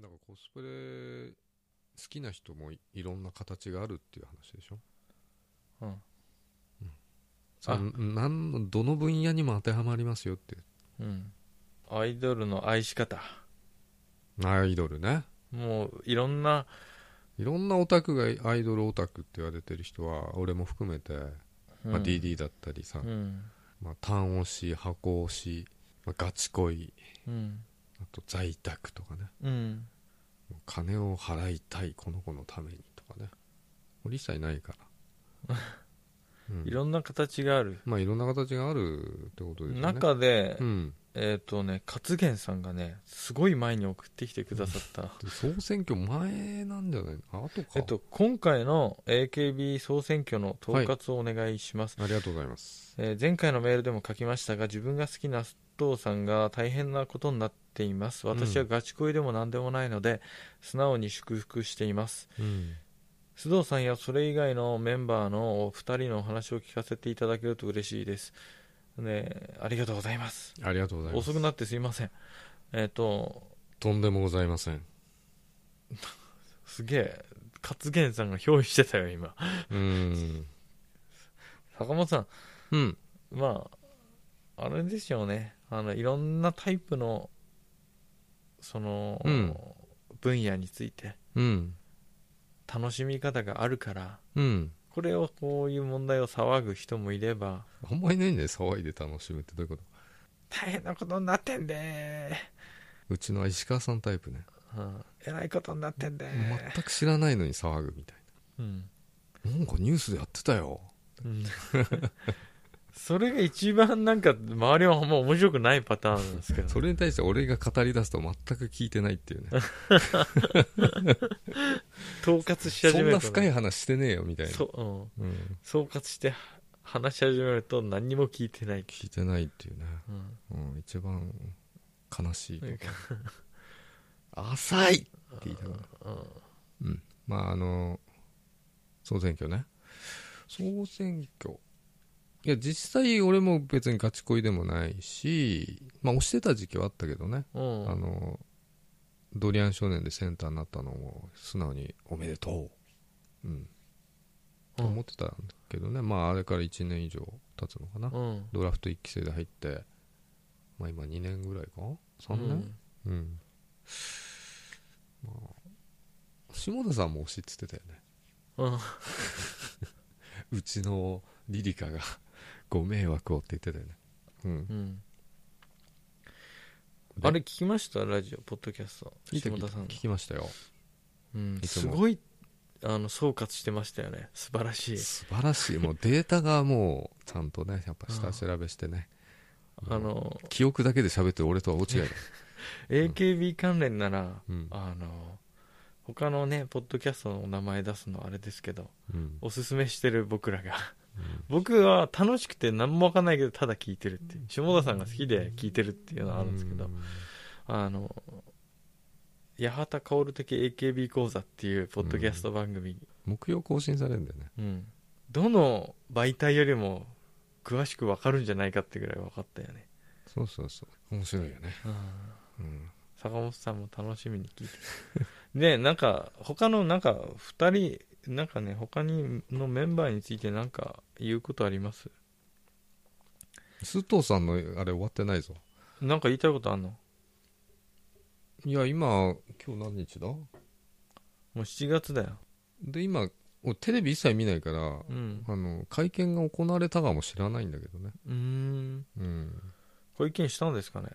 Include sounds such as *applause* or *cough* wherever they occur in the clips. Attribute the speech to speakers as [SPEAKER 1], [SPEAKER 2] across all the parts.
[SPEAKER 1] だからコスプレ好きな人もいいろんな形があるっていう話でしょ
[SPEAKER 2] うん
[SPEAKER 1] それなんのどの分野にも当てはまりますよって
[SPEAKER 2] うんアイドルの愛し方
[SPEAKER 1] アイドルね
[SPEAKER 2] もういろんない
[SPEAKER 1] ろんなオタクがアイドルオタクって言われてる人は俺も含めて、まあ、
[SPEAKER 2] うん
[SPEAKER 1] DD だったりさ、
[SPEAKER 2] うん
[SPEAKER 1] まあ、単押し箱押し、まあ、ガチ恋
[SPEAKER 2] うん
[SPEAKER 1] あと在宅とかね
[SPEAKER 2] うん
[SPEAKER 1] もう金を払いたいこの子のためにとかね俺一切ない
[SPEAKER 2] *laughs*
[SPEAKER 1] から、うん
[SPEAKER 2] いろんな形がある
[SPEAKER 1] まあいろんな形があるってことですよね
[SPEAKER 2] 中で、
[SPEAKER 1] うん
[SPEAKER 2] えっ、とね勝元さんがねすごい前に送ってきてくださった
[SPEAKER 1] で総選挙前なんじゃないのあとか、
[SPEAKER 2] えっと、今回の AKB 総選挙の統括をお願いします、
[SPEAKER 1] ありがとうございます
[SPEAKER 2] えー前回のメールでも書きましたが自分が好きな須藤さんが大変なことになっています私はガチ恋でも何でもないので、素直に祝福しています
[SPEAKER 1] うん
[SPEAKER 2] 須藤さんやそれ以外のメンバーのお二人のお話を聞かせていただけると嬉しいです、ね、ありがとうございます
[SPEAKER 1] ありがとうございます
[SPEAKER 2] 遅くなってすいませんえっ、と
[SPEAKER 1] とんでもございません
[SPEAKER 2] すげえ勝元さんが憑依してたよ今
[SPEAKER 1] うん
[SPEAKER 2] 坂本さん
[SPEAKER 1] うん
[SPEAKER 2] まあ、あれですよね。あの、いろんなタイプの、その、
[SPEAKER 1] うん
[SPEAKER 2] 分野について
[SPEAKER 1] うん
[SPEAKER 2] 楽しみ方があるから、
[SPEAKER 1] うん
[SPEAKER 2] これをこういう問題を騒ぐ人もいれば、
[SPEAKER 1] あんまりないね騒いで楽しむってどういうこと
[SPEAKER 2] 大変なことになってんで
[SPEAKER 1] うちの石川さんタイプね
[SPEAKER 2] ー、うん、えらいことになってんでー、
[SPEAKER 1] 全く知らないのに騒ぐみたい
[SPEAKER 2] うん
[SPEAKER 1] ななんかニュースでやってたよ
[SPEAKER 2] うん *laughs* それが一番なんか周りはもう面白くないパターンなんですけど、
[SPEAKER 1] それに対して俺が語り出すと全く聞いてないっていうね
[SPEAKER 2] *laughs* 統括し
[SPEAKER 1] そ
[SPEAKER 2] 始
[SPEAKER 1] ん
[SPEAKER 2] め
[SPEAKER 1] な
[SPEAKER 2] ると
[SPEAKER 1] 深
[SPEAKER 2] ね、
[SPEAKER 1] い話してねえよみたいな
[SPEAKER 2] そう、うん、
[SPEAKER 1] うん、
[SPEAKER 2] 総括して話し始めると何にも聞いてない、
[SPEAKER 1] 聞いてないっていうね、
[SPEAKER 2] うん、
[SPEAKER 1] うん、一番悲しい
[SPEAKER 2] なんか
[SPEAKER 1] 浅いって言いたくなる
[SPEAKER 2] うん
[SPEAKER 1] うんまああの総選挙ね総選挙いや実際俺も別にガチ恋でもないしまあ押してた時期はあったけどね、
[SPEAKER 2] うん
[SPEAKER 1] あのドリアン少年でセンターになったのも素直におめでとううん、と思ってたんだけどねまああれから1年以上経つのかな、
[SPEAKER 2] うん
[SPEAKER 1] ドラフト1期生で入ってまあ今2年ぐらいか3年、うんまあ下田さんも推しっつってたよね
[SPEAKER 2] うん
[SPEAKER 1] うちのリリカが *laughs* ご迷惑をって言ってたよねうん
[SPEAKER 2] うん
[SPEAKER 1] で
[SPEAKER 2] あれ聞きましたラジオポッドキャスト
[SPEAKER 1] 聞いた
[SPEAKER 2] 下田さ
[SPEAKER 1] 聞
[SPEAKER 2] んの
[SPEAKER 1] き聞きましたよ
[SPEAKER 2] うん
[SPEAKER 1] いつ
[SPEAKER 2] す
[SPEAKER 1] も
[SPEAKER 2] ごいあの総括してましたよね素晴らしい
[SPEAKER 1] 素晴らしいもうデータがもうちゃんとねやっぱ下調べしてね
[SPEAKER 2] あの
[SPEAKER 1] 記憶だけで喋ってる俺とは大違いだ、
[SPEAKER 2] AKB 関連なら
[SPEAKER 1] うん
[SPEAKER 2] あの他のねポッドキャストの名前出すのあれですけど
[SPEAKER 1] うん
[SPEAKER 2] おすすめしてる僕らが *laughs* 僕は楽しくて何もわかんないけどただ聞いてるっていう下田さんが好きで聞いてるっていうのはあるんですけど
[SPEAKER 1] う
[SPEAKER 2] あの八幡薫的 AKB 講座っていうポッドキャスト番組、
[SPEAKER 1] 木曜更新されるんだよね
[SPEAKER 2] うんどの媒体よりも詳しく分かるんじゃないかってぐらい分かったよね、
[SPEAKER 1] そうそうそう面白いよね、うん、
[SPEAKER 2] 坂本さんも楽しみに聞いて *laughs* でなんか他のなんか2人なんかね他にのメンバーについてなんか言うことあります
[SPEAKER 1] 須藤さんのあれ終わってないぞ
[SPEAKER 2] なんか言いたいことあんの
[SPEAKER 1] いや今今日何日だ
[SPEAKER 2] もう7月だよ
[SPEAKER 1] で今俺テレビ一切見ないから
[SPEAKER 2] うん
[SPEAKER 1] あの会見が行われたかも知らないんだけどね
[SPEAKER 2] うーん
[SPEAKER 1] うん
[SPEAKER 2] ご意見したんですかね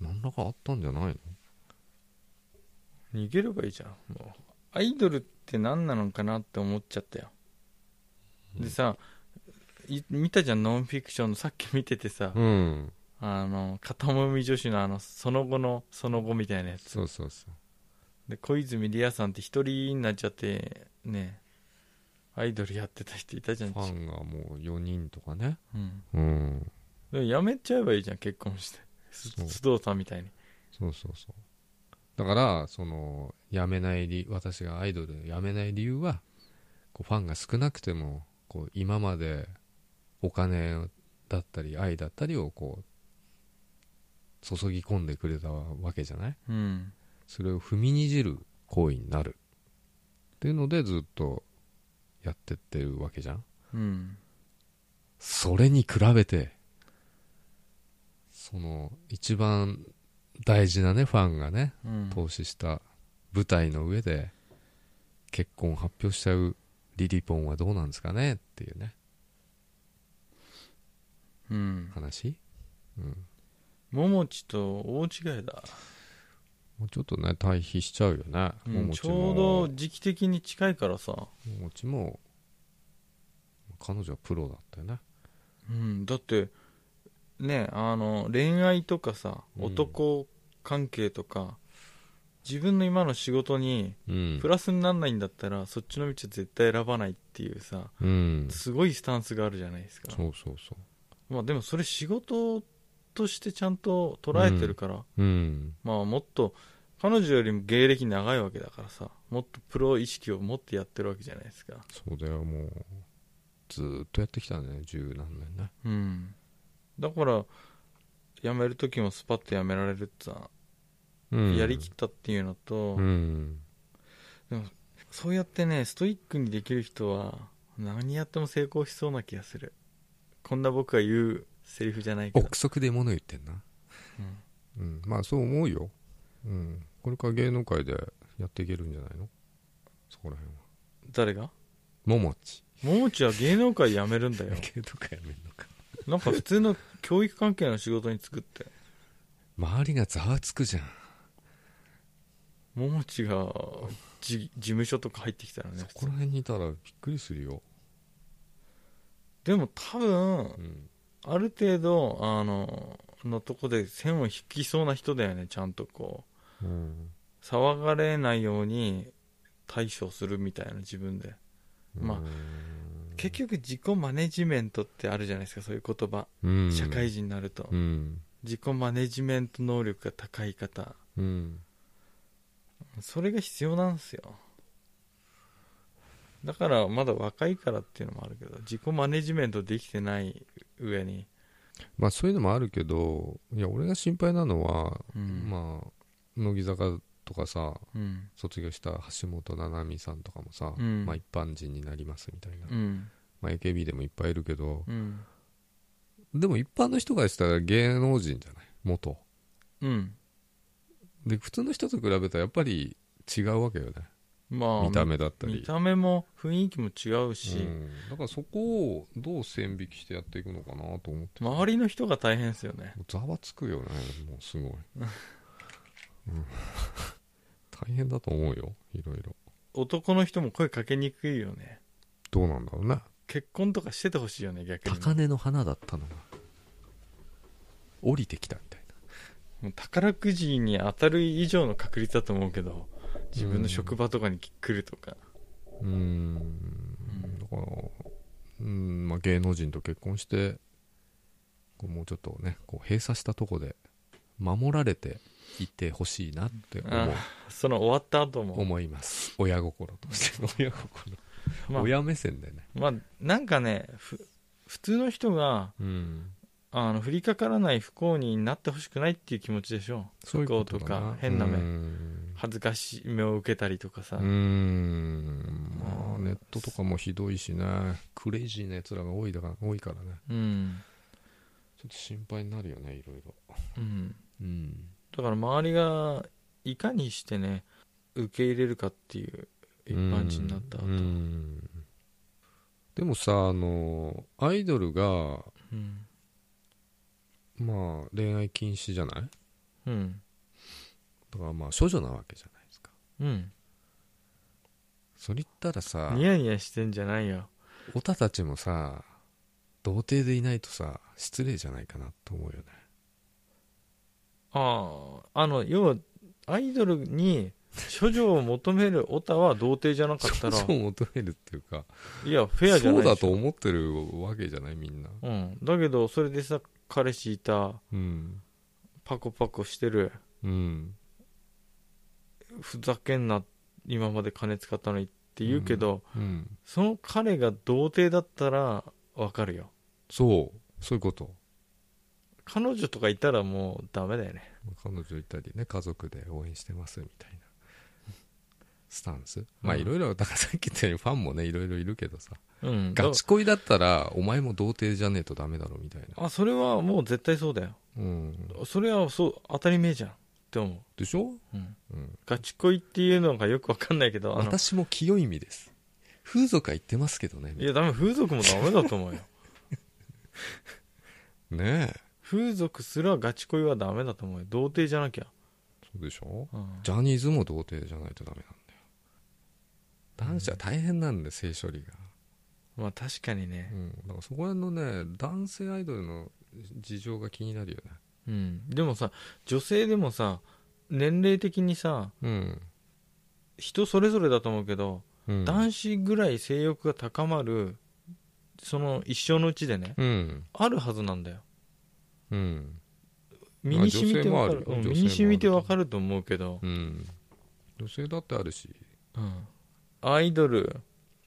[SPEAKER 1] 何らかあったんじゃないの
[SPEAKER 2] 逃げればいいじゃんもうアイドルって何なのかなって思っちゃったよ、
[SPEAKER 1] うん
[SPEAKER 2] でさい見たじゃんノンフィクションのさっき見ててさ、
[SPEAKER 1] うん
[SPEAKER 2] あの片もみ女子のあのその後のその後みたいなやつ
[SPEAKER 1] そうそうそう
[SPEAKER 2] で小泉理也さんって一人になっちゃってねアイドルやってた人いたじゃん
[SPEAKER 1] ファンがもう4人とかね
[SPEAKER 2] うん、
[SPEAKER 1] うん
[SPEAKER 2] でもやめちゃえばいいじゃん結婚してす
[SPEAKER 1] そう
[SPEAKER 2] 須藤さんみたいに
[SPEAKER 1] そうそうそうだからその辞めない理私がアイドル辞めない理由はこうファンが少なくてもこう今までお金だったり愛だったりをこう注ぎ込んでくれたわけじゃない
[SPEAKER 2] うん
[SPEAKER 1] それを踏みにじる行為になるっていうのでずっとやってってるわけじゃん
[SPEAKER 2] うん
[SPEAKER 1] それに比べてその一番大事なねファンがね
[SPEAKER 2] うん
[SPEAKER 1] 投資した舞台の上で結婚発表しちゃうリリポンはどうなんですかねっていうね
[SPEAKER 2] うん
[SPEAKER 1] 話うん
[SPEAKER 2] ももちと大違いだ、
[SPEAKER 1] もうちょっとね対比しちゃうよね、
[SPEAKER 2] うん
[SPEAKER 1] もも
[SPEAKER 2] ち
[SPEAKER 1] ちも
[SPEAKER 2] ょうど時期的に近いからさ、
[SPEAKER 1] ももちも彼女はプロだったよね
[SPEAKER 2] うん、だってねあの恋愛とかさ
[SPEAKER 1] うん
[SPEAKER 2] 男関係とか、自分の今の仕事に
[SPEAKER 1] うん
[SPEAKER 2] プラスにならないんだったら、そっちの道は絶対選ばないっていうさ
[SPEAKER 1] うん
[SPEAKER 2] すごいスタンスがあるじゃないですか、
[SPEAKER 1] そうそうそ
[SPEAKER 2] まあ、でもそれ仕事としてちゃんと捉えてるから、
[SPEAKER 1] ううん
[SPEAKER 2] まあ、もっと彼女よりも芸歴長いわけだからさもっとプロ意識を持ってやってるわけじゃないですか
[SPEAKER 1] そうだよもうずーっとやってきたね十何年ね
[SPEAKER 2] うんだから辞める時もスパッと辞められるってさ
[SPEAKER 1] うん
[SPEAKER 2] やりきったっていうのと、
[SPEAKER 1] うん
[SPEAKER 2] そうやってねストイックにできる人は何やっても成功しそうな気がするこんな僕が言うセリフじゃないけど
[SPEAKER 1] 憶、測で物言ってんな
[SPEAKER 2] う
[SPEAKER 1] う
[SPEAKER 2] ん
[SPEAKER 1] んまあそう思うようんこれから芸能界でやっていけるんじゃないのそこら辺は
[SPEAKER 2] 誰が
[SPEAKER 1] ももち
[SPEAKER 2] ももちは芸能界辞めるんだよ
[SPEAKER 1] 芸能界やめんのか
[SPEAKER 2] なんか普通の教育関係の仕事に就くって *laughs*
[SPEAKER 1] 周りがざわつくじゃん
[SPEAKER 2] ももちがじ事務所とか入ってきたらね
[SPEAKER 1] そこら辺にいたらびっくりするよ
[SPEAKER 2] でも多分
[SPEAKER 1] うん
[SPEAKER 2] ある程度あののとこで線を引きそうな人だよねちゃんとこう
[SPEAKER 1] うん
[SPEAKER 2] 騒がれないように対処するみたいな自分でまあ結局自己マネジメントってあるじゃないですかそういう言葉、
[SPEAKER 1] うん
[SPEAKER 2] 社会人になると、
[SPEAKER 1] うん
[SPEAKER 2] 自己マネジメント能力が高い方
[SPEAKER 1] うん
[SPEAKER 2] それが必要なんですよだからまだ若いからっていうのもあるけど自己マネジメントできてない上に、
[SPEAKER 1] まあそういうのもあるけどいや俺が心配なのは、
[SPEAKER 2] うん
[SPEAKER 1] まあ乃木坂とかさ
[SPEAKER 2] うん
[SPEAKER 1] 卒業した橋本七海さんとかもさ、
[SPEAKER 2] うん
[SPEAKER 1] まあ一般人になりますみたいな、
[SPEAKER 2] うん
[SPEAKER 1] まあ、AKB でもいっぱいいるけど、
[SPEAKER 2] うん
[SPEAKER 1] でも一般の人がしたら芸能人じゃない元
[SPEAKER 2] うん
[SPEAKER 1] で普通の人と比べたらやっぱり違うわけよね
[SPEAKER 2] まあ
[SPEAKER 1] 見た目だった
[SPEAKER 2] 見
[SPEAKER 1] り
[SPEAKER 2] た目も雰囲気も違うし、
[SPEAKER 1] うん、だからそこをどう線引きしてやっていくのかなと思って
[SPEAKER 2] 周りの人が大変ですよね
[SPEAKER 1] ざわつくよねもうす
[SPEAKER 2] *laughs*
[SPEAKER 1] ごい、うん *laughs* 大変だと思うよいろいろ
[SPEAKER 2] 男の人も声かけにくいよね
[SPEAKER 1] どうなんだろうね
[SPEAKER 2] 結婚とかしててほしいよね逆に
[SPEAKER 1] 高嶺の花だったのが降りてきたみたいな
[SPEAKER 2] もう宝くじに当たる以上の確率だと思うけど自分の職場とかに来るとか、
[SPEAKER 1] うんだから、うんまあ、芸能人と結婚してこうもうちょっとねこう閉鎖したとこで守られていてほしいなって思
[SPEAKER 2] あ
[SPEAKER 1] う
[SPEAKER 2] その終わった後も、
[SPEAKER 1] 思います親心として親心、
[SPEAKER 2] *laughs* まあ、
[SPEAKER 1] 親目線でね
[SPEAKER 2] まあなんかねふ普通の人が
[SPEAKER 1] うん
[SPEAKER 2] あの降りかからない不幸になってほしくないっていう気持ちでしょ
[SPEAKER 1] そういうこと
[SPEAKER 2] 不幸と
[SPEAKER 1] な
[SPEAKER 2] か変な目
[SPEAKER 1] うん
[SPEAKER 2] 恥ずかしめを受けたりとかさ、
[SPEAKER 1] うーんまあネットとかもひどいしねクレイジーなやつらが多いだから多いからね
[SPEAKER 2] うん
[SPEAKER 1] ちょっと心配になるよねいろいろ
[SPEAKER 2] うん、
[SPEAKER 1] うん
[SPEAKER 2] だから周りがいかにしてね受け入れるかっていう一般人になった後
[SPEAKER 1] うんうんでもさあのアイドルが
[SPEAKER 2] うん
[SPEAKER 1] まあ恋愛禁止じゃない
[SPEAKER 2] うん
[SPEAKER 1] だからまあ処女なわけじゃないですか
[SPEAKER 2] うん
[SPEAKER 1] それ言ったらさ
[SPEAKER 2] ニヤニヤしてんじゃないよ
[SPEAKER 1] オタたちもさ童貞でいないとさ失礼じゃないかなと思うよね
[SPEAKER 2] あああの要はアイドルに処女を求めるオタは童貞じゃなかっ
[SPEAKER 1] 処
[SPEAKER 2] た
[SPEAKER 1] *laughs*
[SPEAKER 2] ら
[SPEAKER 1] 女を求めるっていうか
[SPEAKER 2] いやフェアじゃ
[SPEAKER 1] そ
[SPEAKER 2] ないうでしょ
[SPEAKER 1] だと思ってるわけじゃないみんな
[SPEAKER 2] うん、だけどそれでさ彼氏いた
[SPEAKER 1] うん
[SPEAKER 2] パコパコしてる
[SPEAKER 1] うん
[SPEAKER 2] ふざけんな今まで金使ったのにって言うけど、
[SPEAKER 1] うん
[SPEAKER 2] その彼が童貞だったらわかるよ
[SPEAKER 1] そうそういうこと
[SPEAKER 2] 彼女とかいたらもうダメだよね
[SPEAKER 1] 彼女いたりね家族で応援してますみたいなスタンスまあ
[SPEAKER 2] うん
[SPEAKER 1] いろいろだからさ *laughs* っき言ったようにファンもねいろいろいるけどさ
[SPEAKER 2] うん
[SPEAKER 1] ガチ恋だったらお前も童貞じゃねえとダメだろみたいな、
[SPEAKER 2] あそれはもう絶対そうだよ
[SPEAKER 1] うん、
[SPEAKER 2] それはそう当たり前じゃんって思
[SPEAKER 1] でしょ、
[SPEAKER 2] う、うん、
[SPEAKER 1] うん、
[SPEAKER 2] ガチ恋っていうのがよくわかんないけどあの
[SPEAKER 1] 私も清い意味です風俗は言ってますけどねみ
[SPEAKER 2] いやダメ風俗もダメだと思うよ
[SPEAKER 1] たいなねえ
[SPEAKER 2] 風俗すらガチ恋はダメだと思うよ童貞じゃなきゃ、
[SPEAKER 1] そうでしょ
[SPEAKER 2] うん
[SPEAKER 1] ジャニーズも童貞じゃないとダメなんだよ男子は大変なんで性処理が
[SPEAKER 2] まあ確かにね
[SPEAKER 1] うん、だからそこら辺のね男性アイドルの事情が気になるよね
[SPEAKER 2] うんでもさ女性でもさ年齢的にさ
[SPEAKER 1] うん、
[SPEAKER 2] 人それぞれだと思うけど、
[SPEAKER 1] うん、
[SPEAKER 2] 男子ぐらい性欲が高まるその一生のうちでね、
[SPEAKER 1] うん
[SPEAKER 2] あるはずなんだよ
[SPEAKER 1] うん
[SPEAKER 2] 身に染みてわかる
[SPEAKER 1] まあ女性もあるよ女性
[SPEAKER 2] うん
[SPEAKER 1] もある
[SPEAKER 2] 身に染みてわかると思うけど、
[SPEAKER 1] うん女性だってあるし、
[SPEAKER 2] うんアイドル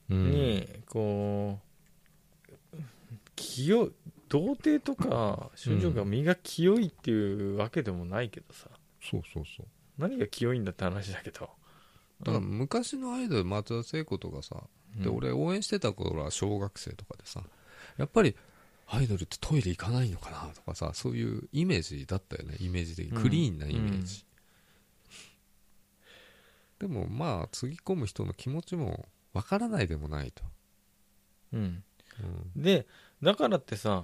[SPEAKER 1] うん、
[SPEAKER 2] にこう、清い童貞とか少女が身が清いっていうわけでもないけどさ、
[SPEAKER 1] そうそうそう
[SPEAKER 2] 何が清いんだって話だけど
[SPEAKER 1] だから昔のアイドル松田聖子とかさ、で
[SPEAKER 2] うん
[SPEAKER 1] 俺応援してた頃は小学生とかでさやっぱりアイドルってトイレ行かないのかなとかさそういうイメージだったよねイメージ的に
[SPEAKER 2] うん
[SPEAKER 1] クリーンなイメージ、でもまあつぎ込む人の気持ちもわからないでもないと、
[SPEAKER 2] うん
[SPEAKER 1] うん
[SPEAKER 2] でだからってさ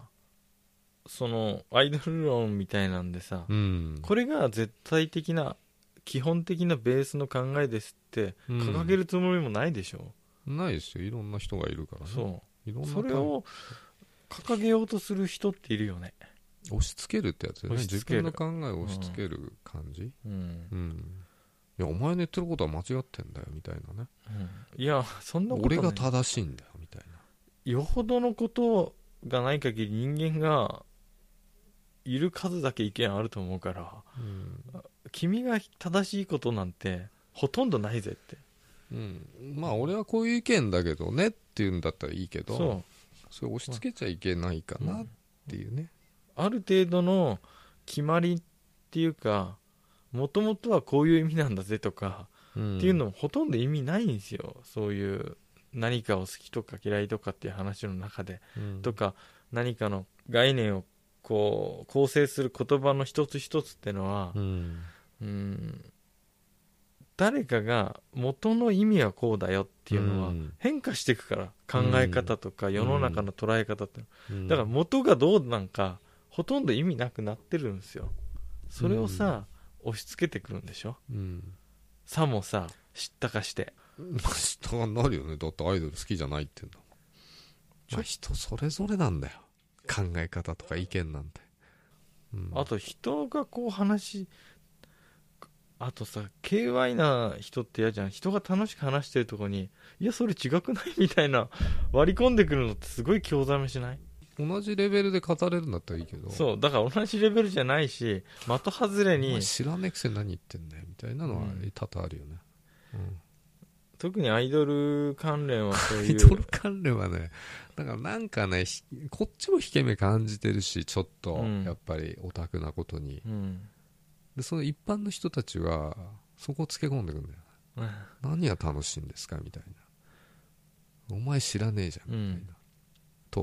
[SPEAKER 2] そのアイドル論みたいなんでさ、
[SPEAKER 1] うん
[SPEAKER 2] これが絶対的な基本的なベースの考えですって
[SPEAKER 1] うん
[SPEAKER 2] 掲げるつもりもないでしょ、
[SPEAKER 1] ないですよいろんな人がいるからね
[SPEAKER 2] そ
[SPEAKER 1] いろん
[SPEAKER 2] う
[SPEAKER 1] な
[SPEAKER 2] それ
[SPEAKER 1] タイ
[SPEAKER 2] を掲げようとする人っているよね、
[SPEAKER 1] プ押し付けるってやつだよね
[SPEAKER 2] 押し
[SPEAKER 1] 自
[SPEAKER 2] 付ける
[SPEAKER 1] 分の考えを押し付ける感じ、
[SPEAKER 2] うん
[SPEAKER 1] うんいやお前の言ってることは間違ってんだよみたいなね
[SPEAKER 2] いやそんなことな
[SPEAKER 1] 俺
[SPEAKER 2] い
[SPEAKER 1] が正しいんだよみたいな
[SPEAKER 2] よほどのことがない限り人間がいる数だけ意見あると思うから
[SPEAKER 1] うん
[SPEAKER 2] 君が正しいことなんてほとんどないぜって
[SPEAKER 1] うん、まあ俺はこういう意見だけどねっていうんだったらいいけど
[SPEAKER 2] そう
[SPEAKER 1] それ押し付けちゃいけないかなっていうね、
[SPEAKER 2] ある程度の決まりっていうかもともとはこういう意味なんだぜとか、
[SPEAKER 1] うん
[SPEAKER 2] っていうのもほとんど意味ないんですよそういう何かを好きとか嫌いとかっていう話の中で、
[SPEAKER 1] うん
[SPEAKER 2] とか何かの概念をこう構成する言葉の一つ一つってのは
[SPEAKER 1] う、ん
[SPEAKER 2] うん誰かが元の意味はこうだよっていうのは
[SPEAKER 1] うん
[SPEAKER 2] 変化していくから考え方とか世の中の捉え方って
[SPEAKER 1] うん
[SPEAKER 2] だから元がどうなんかほとんど意味なくなってるんですよそれをさ押し付けてくるんでしょ
[SPEAKER 1] うん
[SPEAKER 2] さもさ知ったかして
[SPEAKER 1] まあ人がなるよねだってアイドル好きじゃないって言うんだもんまあ人それぞれなんだよ考え方とか意見なんて、うん
[SPEAKER 2] あと人がこう話しあとさ KY な人って嫌じゃん人が楽しく話してるとこにいやそれ違くないみたいな割り込んでくるのってすごい興ざめしない
[SPEAKER 1] 同じレベルで語れるんだったらいいけど
[SPEAKER 2] そうだから同じレベルじゃないし的外れ
[SPEAKER 1] お
[SPEAKER 2] に
[SPEAKER 1] 前知らねえくせに何言ってんだよみたいなのは
[SPEAKER 2] うん
[SPEAKER 1] 多々あるよね、うん
[SPEAKER 2] 特にアイドル関連はそう
[SPEAKER 1] ア
[SPEAKER 2] い
[SPEAKER 1] イ
[SPEAKER 2] う
[SPEAKER 1] ドル関連はね、だからなんかね、ひこっちも引け目感じてるし、ちょっと
[SPEAKER 2] うん、
[SPEAKER 1] やっぱりオタクなことに。
[SPEAKER 2] うん
[SPEAKER 1] で、その一般の人たちは、そこをつけ込んでくんだよ。何が楽しいんですかみたいな。お前知らねえじゃん。
[SPEAKER 2] う
[SPEAKER 1] みたい
[SPEAKER 2] ん
[SPEAKER 1] な。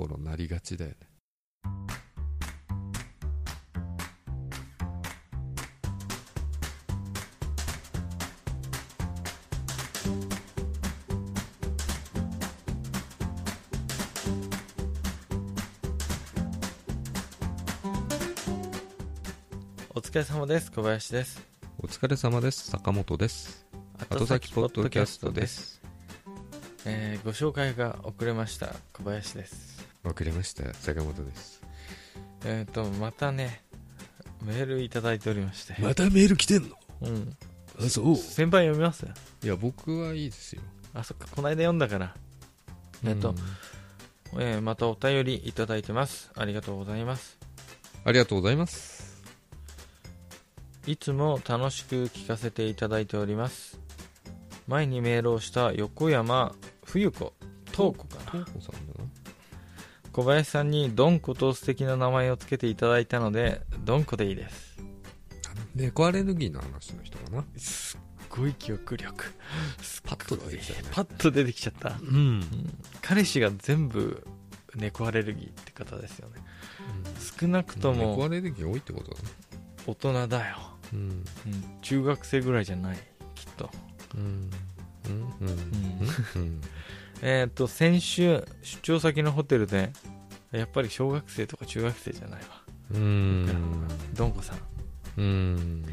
[SPEAKER 1] 討論なりがちだよね。
[SPEAKER 2] お疲れ様です小林です
[SPEAKER 1] お疲れ様です。坂本です。後先ポッドキャストです。
[SPEAKER 2] えーご紹介が遅れました小林です
[SPEAKER 1] 遅れました。坂本です。
[SPEAKER 2] えっ、とまたねメールいただいておりまして、
[SPEAKER 1] たメール来てんの
[SPEAKER 2] うん
[SPEAKER 1] あ、そう
[SPEAKER 2] 先輩読みます
[SPEAKER 1] いや、僕はいいですよ。
[SPEAKER 2] あそっかこの間読んだからえっと
[SPEAKER 1] うん
[SPEAKER 2] えーまたお便りいただいてますありがとうございます
[SPEAKER 1] ありがとうございます。
[SPEAKER 2] いつも楽しく聞かせていただいております前にメールをした横山冬子東子かな
[SPEAKER 1] お子さんだな
[SPEAKER 2] 小林さんにドンコと素敵な名前をつけていただいたのでドンコでいいです
[SPEAKER 1] 猫アレルギーの話の人かな
[SPEAKER 2] すっごい記憶力す
[SPEAKER 1] パッと出てきたよね
[SPEAKER 2] パッと出てきちゃった
[SPEAKER 1] うん、
[SPEAKER 2] 彼氏が全部猫アレルギーって方ですよね少なくと
[SPEAKER 1] 猫ア
[SPEAKER 2] も
[SPEAKER 1] レルギー多いってことだね
[SPEAKER 2] 大人だよ、
[SPEAKER 1] うん
[SPEAKER 2] うん中学生ぐらいじゃないきっと、
[SPEAKER 1] うんうんうんうん
[SPEAKER 2] えっ、と先週出張先のホテルでやっぱり小学生とか中学生じゃないわ
[SPEAKER 1] うん
[SPEAKER 2] ドンコさん、
[SPEAKER 1] うん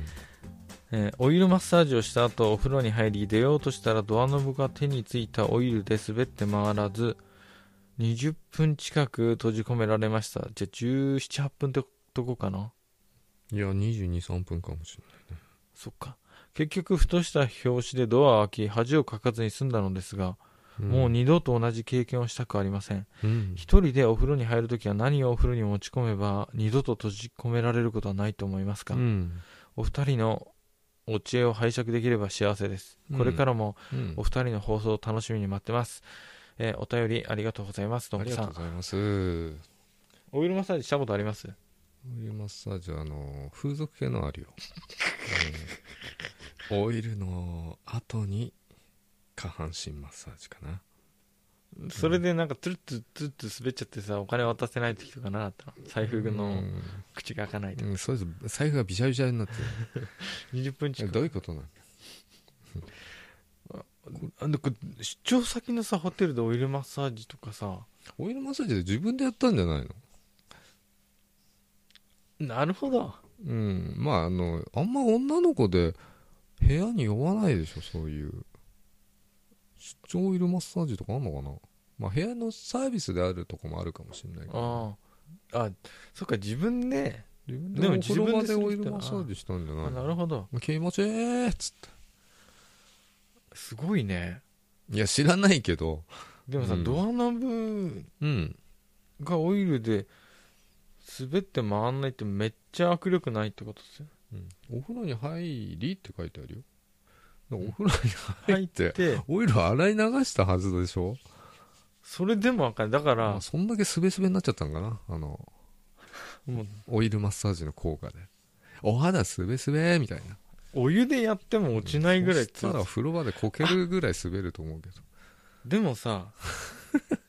[SPEAKER 2] えーオイルマッサージをした後お風呂に入り出ようとしたらドアノブが手についたオイルで滑って回らず20分近く閉じ込められましたじゃあ1718分ってとこかない
[SPEAKER 1] や223分かもしれない
[SPEAKER 2] そっか結局ふとした拍子でドアを開き恥をかかずに済んだのですが、もう二度と同じ経験をしたくありません
[SPEAKER 1] うん
[SPEAKER 2] 一人でお風呂に入るときは何をお風呂に持ち込めば二度と閉じ込められることはないと思いますか、
[SPEAKER 1] うん
[SPEAKER 2] お二人のお知恵を拝借できれば幸せです。
[SPEAKER 1] うん
[SPEAKER 2] これからも
[SPEAKER 1] うん
[SPEAKER 2] お二人の放送を楽しみに待ってます。えーお便りありがとうございます。どう
[SPEAKER 1] あ
[SPEAKER 2] も
[SPEAKER 1] り
[SPEAKER 2] さ
[SPEAKER 1] がとうんご。ざいますオ
[SPEAKER 2] オイルマッサージしたことあります
[SPEAKER 1] イルマッサージはあの風俗系のあるよ、うんオイルの後に下半身マッサージかな
[SPEAKER 2] それでなんかツルツルツルツル滑っちゃってさ、お金渡せない時とかなかったの財布
[SPEAKER 1] う
[SPEAKER 2] の
[SPEAKER 1] ん
[SPEAKER 2] 口が開かないと
[SPEAKER 1] うん、そうです財布がびしゃびしゃになって
[SPEAKER 2] 20分
[SPEAKER 1] る
[SPEAKER 2] 近く。
[SPEAKER 1] どういうことなんだ
[SPEAKER 2] あでこれ出張先のさ、ホテルでオイルマッサージとかさ、
[SPEAKER 1] オイルマッサージで自分でやったんじゃないの
[SPEAKER 2] なるほど。
[SPEAKER 1] うんまああのあんま女の子で部屋に呼ばないでしょそういう出張オイルマッサージとかあんのかなまあ部屋のサービスであるとこもあるかもしれないけど
[SPEAKER 2] ああ。あ、そっか、自分で、
[SPEAKER 1] 自分
[SPEAKER 2] で
[SPEAKER 1] で
[SPEAKER 2] も
[SPEAKER 1] お
[SPEAKER 2] 自
[SPEAKER 1] 風
[SPEAKER 2] 分で
[SPEAKER 1] 呂場でオイルマッサージしたんじゃない
[SPEAKER 2] あなるほど。
[SPEAKER 1] 気持ちいいっつっ
[SPEAKER 2] すごいね。
[SPEAKER 1] ていや知らないけど
[SPEAKER 2] でもさ、
[SPEAKER 1] うん
[SPEAKER 2] ドアノブ
[SPEAKER 1] うん
[SPEAKER 2] がオイルで滑って回んないってめっちゃ握力ないってことですよ
[SPEAKER 1] お風呂に入りって書いてあるよだからお風呂に
[SPEAKER 2] 入
[SPEAKER 1] 入って
[SPEAKER 2] で
[SPEAKER 1] オイル洗い流したはずでしょ
[SPEAKER 2] それでもあかんだか
[SPEAKER 1] ま
[SPEAKER 2] ら
[SPEAKER 1] あそんだけすべすべになっちゃったんかなあの
[SPEAKER 2] もう
[SPEAKER 1] オイルマッサージの効果でお肌すべすべみたいな
[SPEAKER 2] お湯でやっても落ちないぐらい
[SPEAKER 1] そしたら風呂場でこけるぐらい滑ると思うけど
[SPEAKER 2] で
[SPEAKER 1] *laughs*
[SPEAKER 2] もさ